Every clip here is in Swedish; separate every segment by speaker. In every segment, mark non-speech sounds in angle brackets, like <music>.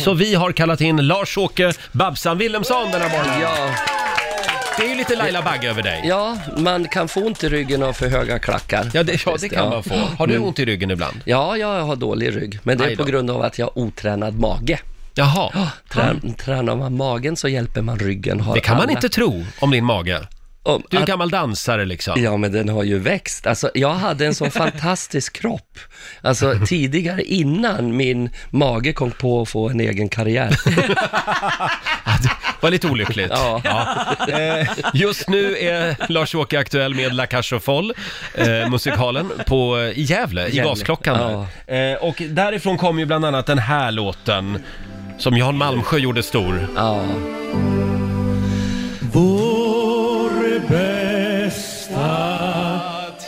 Speaker 1: Så vi har kallat in Lars-Åke Babsan Willemsson den här morgonen.
Speaker 2: Ja,
Speaker 1: Det är ju lite Laila Bagge över dig.
Speaker 2: ja, man kan få ont i ryggen av för höga klackar.
Speaker 1: Ja, det, ja, det kan
Speaker 2: Ja.
Speaker 1: man få. Har du ont i ryggen ibland?
Speaker 2: Ja, jag har dålig rygg, men det
Speaker 1: Aj
Speaker 2: är
Speaker 1: då.
Speaker 2: på grund av att jag har otränad mage.
Speaker 1: Jaha.
Speaker 2: Trän, Tränar man magen så hjälper man ryggen. har
Speaker 1: Ah. Det kan man
Speaker 2: alla.
Speaker 1: inte tro om din mage.
Speaker 2: Om
Speaker 1: Du är
Speaker 2: att-
Speaker 1: gammal dansare liksom.
Speaker 2: Ja, men den har ju växt. Alltså, jag
Speaker 1: <laughs>
Speaker 2: hade en sån fantastisk kropp. Alltså tidigare, innan min mage kom på att få en
Speaker 1: <laughs>
Speaker 2: egen karriär.
Speaker 1: Var lite olyckligt.
Speaker 2: Ja.
Speaker 1: Eh, Just nu är Lars-Åke aktuell med La Cache aux Folles, eh, musikalen på, eh, i Gävle, i
Speaker 2: Gävle.
Speaker 1: Gasklockan. där. Eh, och därifrån kom ju bland annat den här låten som Jan Malmsjö gjorde stor.
Speaker 2: Ja.
Speaker 3: Vår bästa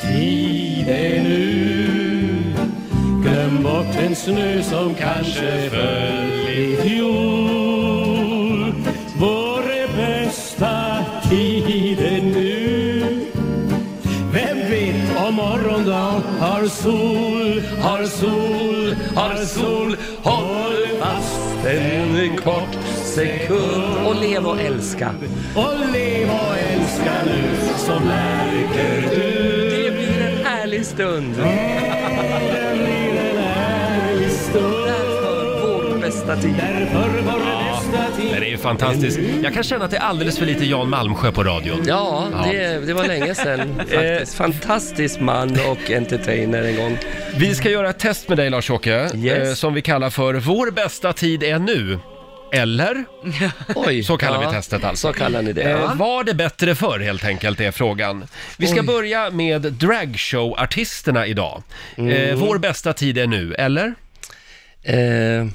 Speaker 3: tid är nu Glöm bort den snö som kanske föll i fjol Vår bästa tid är nu Vem vet om morgondagen har sol, har sol, har sol Håll fast en kort sekund
Speaker 2: Och lev och älska.
Speaker 3: och lev och älska nu som märker du
Speaker 2: Det blir en härlig stund.
Speaker 3: Den blir en härlig stund
Speaker 2: Därför vår bästa tid.
Speaker 3: Därför var det bästa
Speaker 1: Den är
Speaker 3: tid
Speaker 1: ju fantastisk. Jag kan känna att det är alldeles för lite Jan Malmsjö på radion.
Speaker 2: Ja,
Speaker 1: Ja.
Speaker 2: det, det var
Speaker 3: <laughs>
Speaker 2: länge sedan faktiskt. Fantastisk man och entertainer en gång.
Speaker 1: Vi ska göra ett test med dig Lars-Åke,
Speaker 2: Yes.
Speaker 1: eh, som vi kallar för Vår bästa tid är nu. Eller?
Speaker 2: Oj,
Speaker 1: Så kallar vi testet alltså.
Speaker 2: Så kallar ni det.
Speaker 1: Eh, var det bättre förr helt enkelt är frågan. Vi ska börja med dragshowartisterna idag. Eh, vår bästa tid är nu, eller?
Speaker 2: Eh,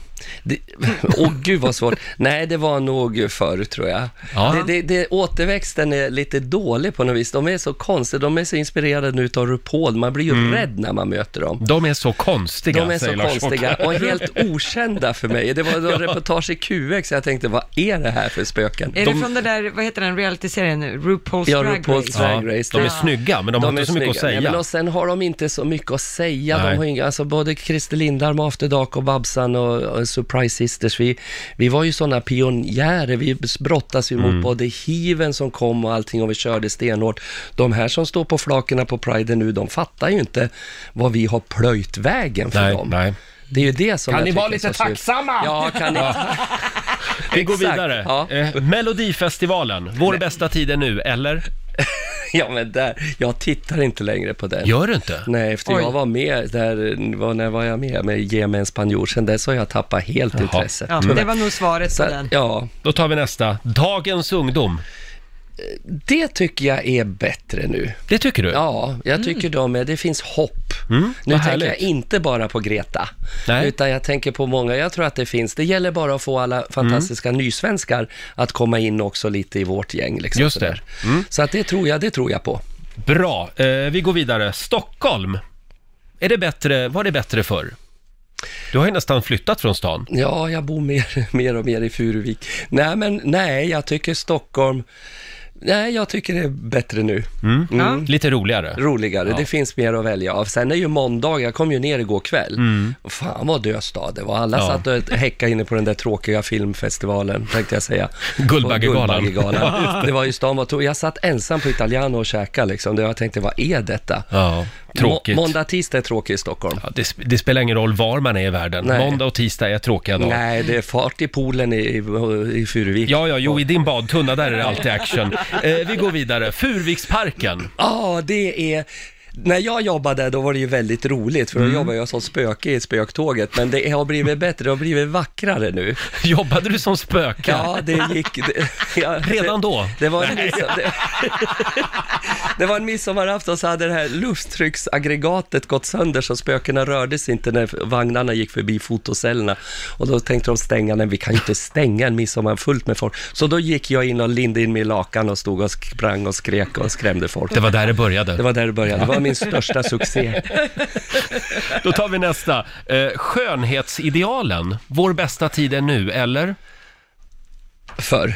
Speaker 2: det- <laughs> Åh gud vad svårt. Nej, det var nog förr tror jag.
Speaker 1: Ja.
Speaker 2: Det, det, det, återväxten är lite dålig på något vis. De är så konstiga, de är så inspirerade nu utav RuPaul. Man blir ju rädd när man möter dem.
Speaker 1: De är så konstiga,
Speaker 2: De är så
Speaker 1: Mm. säger Lars-Åke.
Speaker 2: konstiga och helt okända för
Speaker 1: <laughs>
Speaker 2: mig. Det var en reportage i QX, jag tänkte vad är det här för spöken?
Speaker 4: Är
Speaker 2: de,
Speaker 4: det från den där, vad heter den realityserien nu? RuPaul's
Speaker 2: Ja,
Speaker 4: Drag
Speaker 2: RuPaul's
Speaker 4: Race?
Speaker 2: Drag-
Speaker 1: Ja,
Speaker 2: Race.
Speaker 1: de är
Speaker 2: Ja.
Speaker 1: snygga, men de, har
Speaker 2: är
Speaker 1: inte så mycket att
Speaker 2: snygga. Ja, men
Speaker 1: säga.
Speaker 2: och sen har de inte så mycket att säga.
Speaker 1: Nej.
Speaker 2: De har inga, alltså både Christer Lindarm, och After Dark och Babsan och, och Surprise Sisters, vi, vi var ju sådana pionjärer. Vi brottas ju
Speaker 1: Mm.
Speaker 2: mot både hiven som kom och allting och vi körde stenhårt. De här som står på flakerna på Pride nu, de fattar ju inte vad vi har plöjt vägen för
Speaker 1: Nej,
Speaker 2: dem.
Speaker 1: nej.
Speaker 2: Det är ju det som
Speaker 1: Kan
Speaker 2: jag
Speaker 1: ni
Speaker 2: tycker
Speaker 1: vara
Speaker 2: är
Speaker 1: lite
Speaker 2: så synd.
Speaker 1: tacksamma?
Speaker 2: Ja, kan ni?
Speaker 1: <laughs> Vi går
Speaker 2: Exakt,
Speaker 1: vidare.
Speaker 2: ja.
Speaker 1: Eh, Melodifestivalen, vår bästa tid är nu, eller?
Speaker 2: ja, men där. Jag tittar inte längre på den.
Speaker 1: Gör du inte?
Speaker 2: Nej, efter
Speaker 4: Oj.
Speaker 2: jag var med där, var, när var jag med med Ge mig en spanjor, sen dess har jag tappat helt intresset.
Speaker 4: Ja,
Speaker 2: tyvärr.
Speaker 4: det var nog svaret
Speaker 2: Mm. Så, att,
Speaker 4: på den.
Speaker 2: ja,
Speaker 1: Då tar vi nästa. Dagens ungdom.
Speaker 2: det tycker jag är bättre nu.
Speaker 1: Det tycker du?
Speaker 2: Ja, jag tycker de är, det finns hopp. nu
Speaker 1: Mm, vad
Speaker 2: tänker jag
Speaker 1: härligt.
Speaker 2: inte bara på Greta,
Speaker 1: Nej.
Speaker 2: utan jag tänker på många. Jag tror att det finns, det gäller bara att få alla fantastiska
Speaker 1: Mm.
Speaker 2: nysvenskar att komma in också lite i vårt gäng. Liksom,
Speaker 1: Just det. Mm.
Speaker 2: sådär. Så att det tror jag, det tror jag på.
Speaker 1: Bra, eh, vi går vidare. Stockholm. Är det bättre, var det bättre förr? Du har ju nästan flyttat från stan.
Speaker 2: Ja, jag bor mer, <laughs> mer och mer i Furuvik. Nej, men nej, jag tycker Stockholm... Nej, jag tycker det är bättre nu.
Speaker 1: Mm.
Speaker 4: Ja.
Speaker 1: Lite roligare.
Speaker 2: Roligare, det finns mer att välja av. Sen är ju måndag, jag kom ju ner igår kväll. Och Fan vad dös dag det var. Alla
Speaker 1: Mm. Ja.
Speaker 2: satt och häckade inne på den där tråkiga filmfestivalen, tänkte jag säga.
Speaker 1: <laughs> Guldbaggegalan. <laughs>
Speaker 2: Och det var ju stan var tom. Jag satt ensam på Italiano och käkade liksom. Det- Jag tänkte, vad är detta?
Speaker 1: Ja, tråkigt.
Speaker 2: Må- måndag, tisdag är tråkigt i Stockholm.
Speaker 1: Ja, det, sp- det spelar ingen roll var man är i världen.
Speaker 2: Nej.
Speaker 1: Måndag och tisdag är tråkiga dagar.
Speaker 2: Nej, det är fart i poolen i, i, i Furuvik.
Speaker 1: Ja, ja, jo, i din badtunna där är det alltid action. Eh, vi går vidare. Furviksparken. <laughs>
Speaker 2: Ja, det är... När jag jobbade där, då var det ju väldigt roligt, för då
Speaker 1: Mm.
Speaker 2: jobbade jag som spöke i spöktåget, men det har blivit bättre, det har blivit vackrare nu.
Speaker 1: Jobbade du som spöke?
Speaker 2: Ja, det gick... Det, ja,
Speaker 1: Redan då?
Speaker 2: Det, det, var en midsom- det, <laughs> det var en midsommarafton, så hade det här lufttrycksaggregatet gått sönder, så spökena rörde sig inte när vagnarna gick förbi fotocellerna. Och då tänkte de stänga den, vi kan ju inte stänga en midsommar fullt med folk. Så då gick jag in och lindade in mig i lakan och stod och sprang och skrek och skrämde folk.
Speaker 1: Det var där det började.
Speaker 2: Det var där det började. Det var min största succé.
Speaker 1: Då tar vi nästa. Eh, skönhetsidealen. Vår bästa tid är nu, eller?
Speaker 2: Förr.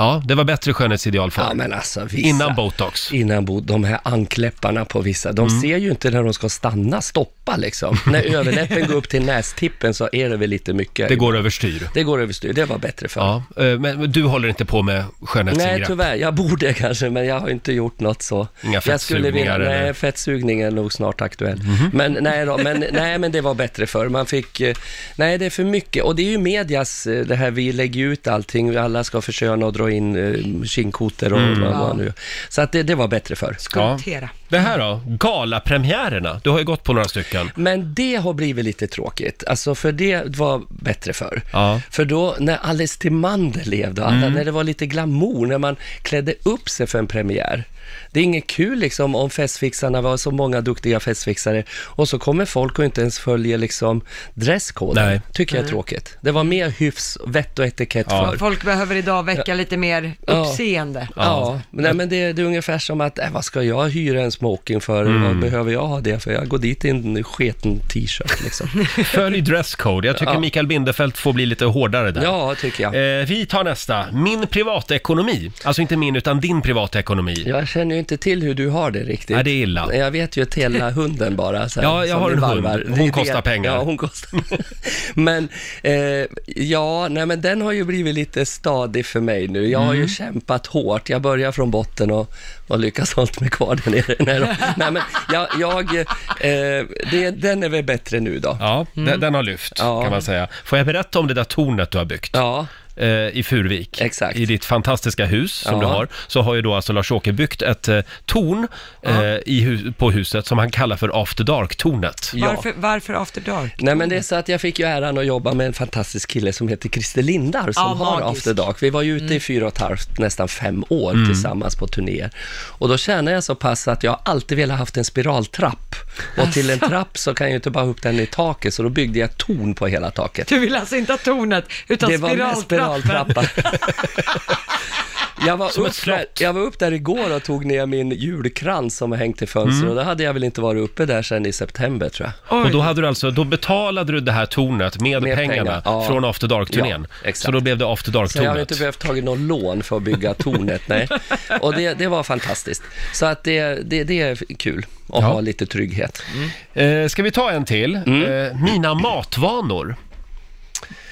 Speaker 1: Ja, det var bättre skönhetsideal för.
Speaker 2: Ja, men alltså, vissa,
Speaker 1: Innan botox.
Speaker 2: Innan bo, de här ankläpparna på vissa, de
Speaker 1: Mm.
Speaker 2: ser ju inte när de ska stanna, stoppa liksom. När
Speaker 1: <laughs>
Speaker 2: överläppen går upp till nästippen så är det väl lite mycket.
Speaker 1: Det går överstyr.
Speaker 2: det går överstyr, det var bättre för.
Speaker 1: Ja, eh, men du håller inte på med skönhetsingrepp?
Speaker 2: Nej, tyvärr. Jag borde <laughs> kanske, men jag har inte gjort något så.
Speaker 1: Inga
Speaker 2: jag skulle vilja,
Speaker 1: fettsugningar eller? Mhm.
Speaker 2: Nej, fettsugning är nog snart aktuell. Men, nej, då,
Speaker 1: <laughs>
Speaker 2: men, nej, men det var bättre förr. Man fick... eh, Nej, det är för mycket. Och det är ju medias, eh, det här vi lägger ut allting. Alla ska försköna och dra in eh, kinnkotor och
Speaker 1: Mm.
Speaker 2: vad
Speaker 4: Ja.
Speaker 2: man nu Så att det, det var bättre förr.
Speaker 4: Skulptera.
Speaker 1: Det här då? Galapremiärerna? Du har ju gått på några stycken.
Speaker 2: Men det har blivit lite tråkigt, alltså för det var bättre förr.
Speaker 1: Ja.
Speaker 2: För då när Alice Timander levde och alla,
Speaker 1: Mm.
Speaker 2: när det var lite glamour, när man klädde upp sig för en premiär. Det är inget kul liksom om festfixarna var så många duktiga festfixare och så kommer folk och inte ens följer liksom dresskoden.
Speaker 1: Nej. Mm.
Speaker 2: Tycker jag är tråkigt. Det var mer hyfs, vett och etikett
Speaker 1: Ja.
Speaker 2: förr.
Speaker 4: Folk behöver idag väcka lite mer
Speaker 2: Ja.
Speaker 4: uppseende.
Speaker 2: Ja, men, nej, men det, det är ungefär som att, äh, vad ska jag hyra en smoking för?
Speaker 1: Mm.
Speaker 2: Vad behöver jag ha det för? Jag går dit i en sketen t-shirt
Speaker 1: <laughs>
Speaker 2: liksom.
Speaker 1: Följ dresscode. Jag tycker
Speaker 2: Ja.
Speaker 1: Mikael Bindefeld får bli lite hårdare där.
Speaker 2: Ja, tycker jag.
Speaker 1: Eh, vi tar nästa. Min privatekonomi. Alltså inte min, utan din privatekonomi. Ja,
Speaker 2: Jag känner ju inte till hur du har det riktigt.
Speaker 1: Nej, det är illa.
Speaker 2: Jag vet ju att hela hunden bara. Så här,
Speaker 1: Ja, jag
Speaker 2: som
Speaker 1: har
Speaker 2: vi
Speaker 1: en hund.
Speaker 2: varvar.
Speaker 1: Hon
Speaker 2: Det är det-
Speaker 1: kostar pengar.
Speaker 2: Ja, hon kostar. <laughs> men, eh, ja, nej men den har ju blivit lite stadig för mig nu. Jag har ju
Speaker 1: Mm.
Speaker 2: kämpat hårt. Jag börjar från botten och, och lyckas hållt mig kvar där nere. Nej, då. nej men jag, jag eh, det, den är väl bättre nu då.
Speaker 1: den, den har lyft,
Speaker 2: Mm. Ja.
Speaker 1: kan man säga. Får jag berätta om det där tornet du har byggt?
Speaker 2: Ja,
Speaker 1: eh, i Furuvik,
Speaker 2: Exakt.
Speaker 1: i ditt fantastiska hus som
Speaker 2: Ja.
Speaker 1: du har, så har ju då alltså Lars-Åke byggt ett eh, torn eh, i hu- på huset som han kallar för After Dark-tornet.
Speaker 2: ja.
Speaker 4: Varför, varför After Dark?
Speaker 2: Nej men det är så att jag fick ju äran att jobba med en fantastisk kille som heter Christer Lindar som
Speaker 4: Ja,
Speaker 2: har
Speaker 4: magisk.
Speaker 2: After Dark. Vi var ju ute
Speaker 1: Mm.
Speaker 2: i fyra och ett halvt, nästan fem år tillsammans på turnéer. Och då tjänade jag så pass att jag har alltid velat haft en spiraltrapp.
Speaker 1: Alltså.
Speaker 2: Och till en trapp så kan jag ju inte bara ha upp den i taket så då byggde jag ett torn på hela
Speaker 1: Typ
Speaker 2: taket.
Speaker 4: Du vill alltså inte ha tornet, utan
Speaker 2: Det var med
Speaker 4: spiraltrappen.
Speaker 2: spiraltrappa.
Speaker 1: <laughs>
Speaker 2: Jag var,
Speaker 1: Som ett
Speaker 2: upp där,
Speaker 1: slott.
Speaker 2: jag var upp där igår och tog ner min julkrans som har hängt i fönstret
Speaker 1: Mm.
Speaker 2: och då hade jag väl inte varit uppe där sedan i september tror jag.
Speaker 1: Och då, hade du alltså, då betalade du det här tornet med,
Speaker 2: Med
Speaker 1: pengarna
Speaker 2: pengar, ja.
Speaker 1: från After Dark-turnén.
Speaker 2: Ja, exakt.
Speaker 1: så då blev det After
Speaker 2: Så jag har inte
Speaker 1: Dark-tornet.
Speaker 2: behövt tagit någon lån för att bygga tornet, nej. Och det, det var fantastiskt. Så att det, det, det är kul att ha lite trygghet.
Speaker 1: Eh, ska vi ta en till?
Speaker 2: Mm.
Speaker 1: Eh, mina matvanor.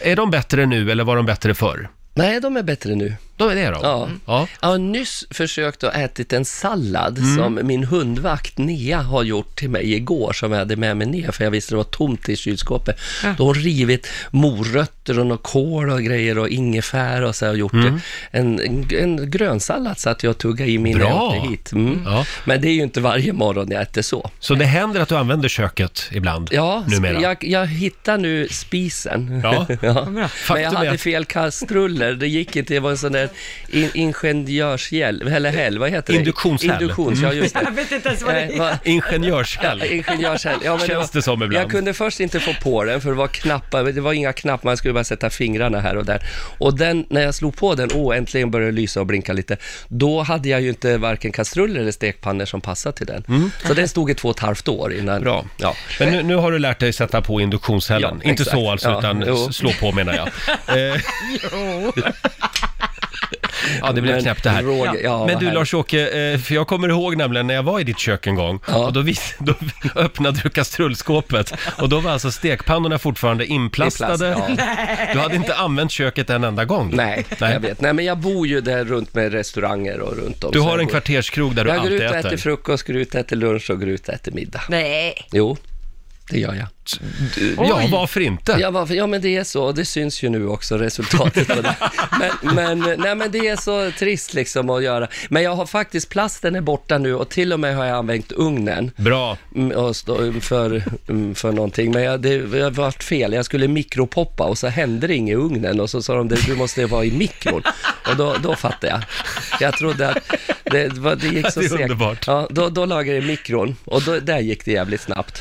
Speaker 1: Är de bättre nu eller var de bättre förr?
Speaker 2: Nej, de är bättre nu.
Speaker 1: De är det de?
Speaker 2: Ja.
Speaker 1: ja.
Speaker 2: Jag har nyss försökt att ätit en sallad
Speaker 1: Mm.
Speaker 2: som min hundvakt Nea har gjort till mig igår, som jag hade med mig ner, för jag visste det var tomt i kylskåpet. Då har hon rivit morötter och något kål och grejer och ingefära och så har jag gjort
Speaker 1: Mm.
Speaker 2: det. En, en, en grönsallad så att jag tuggade i min
Speaker 1: Bra.
Speaker 2: hit. Mm.
Speaker 1: Ja.
Speaker 2: Men det är ju inte varje morgon jag äter så.
Speaker 1: Så det händer att du använder köket ibland
Speaker 2: Ja, sp-
Speaker 1: numera?
Speaker 2: jag, jag hittar nu spisen. <laughs>
Speaker 1: Ja.
Speaker 2: Men jag
Speaker 1: Faktum är
Speaker 2: hade
Speaker 1: att-
Speaker 2: fel kastruller, det gick inte. Det var en sån där in, ingenjörshjälm, eller häll, vad heter det?
Speaker 1: Induktionshäll.
Speaker 2: Induktions, ja just
Speaker 4: <laughs> <laughs> Jag
Speaker 2: det.
Speaker 4: vet inte ens vad det
Speaker 2: Eh,
Speaker 4: är.
Speaker 2: va-
Speaker 1: Ingenjörshäll.
Speaker 2: Ingenjörshäll. Ja, men
Speaker 1: Känns
Speaker 2: var-
Speaker 1: det som ibland.
Speaker 2: Jag kunde först inte få på den för det var knappar, det var inga knappar, man skulle bara sätta fingrarna här och där. Och den, när jag slog på den, åh äntligen började det lysa och blinka lite, då hade jag ju inte varken kastruller eller stekpannor som passade till den. Så den stod i två och ett halvt år innan.
Speaker 1: Mm. Bra.
Speaker 2: Ja.
Speaker 1: Men nu, nu har du lärt dig sätta på induktionshällen.
Speaker 2: Ja,
Speaker 1: Inte
Speaker 2: exakt.
Speaker 1: så alltså,
Speaker 2: Ja,
Speaker 1: utan
Speaker 2: jo.
Speaker 1: s- slå på menar
Speaker 2: <laughs>
Speaker 1: jag. Eh,
Speaker 4: Jo.
Speaker 1: ja, det blev
Speaker 2: Men
Speaker 1: knäppt det här.
Speaker 2: Roger, ja, vad
Speaker 1: Men du
Speaker 2: härligt.
Speaker 1: Lars-Åke, eh, för jag kommer ihåg nämligen när jag var i ditt kök en gång och då, vis- <laughs> då öppnade du kastrullskåpet och då var alltså stekpannorna fortfarande inplastade.
Speaker 2: I plast, ja.
Speaker 1: <laughs> Du hade inte använt köket en enda gång.
Speaker 2: Nej,
Speaker 1: Nej.
Speaker 2: jag vet. Nej, men jag bor ju där runt med restauranger och runt om.
Speaker 1: Du
Speaker 2: så
Speaker 1: har
Speaker 2: jag
Speaker 1: en
Speaker 2: går-
Speaker 1: kvarterskrog där du
Speaker 2: Jag går
Speaker 1: alltid
Speaker 2: ut och
Speaker 1: äter.
Speaker 2: äter frukost, går ut och äter lunch och går ut och äter middag.
Speaker 4: Nej.
Speaker 2: Jo, det gör jag.
Speaker 1: Ja,
Speaker 4: Oj.
Speaker 1: varför inte?
Speaker 2: Ja, varför? ja, men det är så. och Det syns ju nu också, resultatet på
Speaker 1: <laughs>
Speaker 2: det. Men, men, nej, men det är så trist liksom att göra. Men jag har faktiskt, plasten är borta nu och till och med har jag använt ugnen.
Speaker 1: Bra.
Speaker 2: Mm, och stå- mm, för, mm, för någonting. Men jag, det det har varit fel. Jag skulle mikropoppa och så hände det inget i ugnen och så sa de du måste vara i mikron. Och då, då fattade jag. Jag trodde att det, var- det gick så
Speaker 1: Det är
Speaker 2: segt.
Speaker 1: underbart.
Speaker 2: Ja, då, då lagade jag i mikron och då, där gick det jävligt snabbt.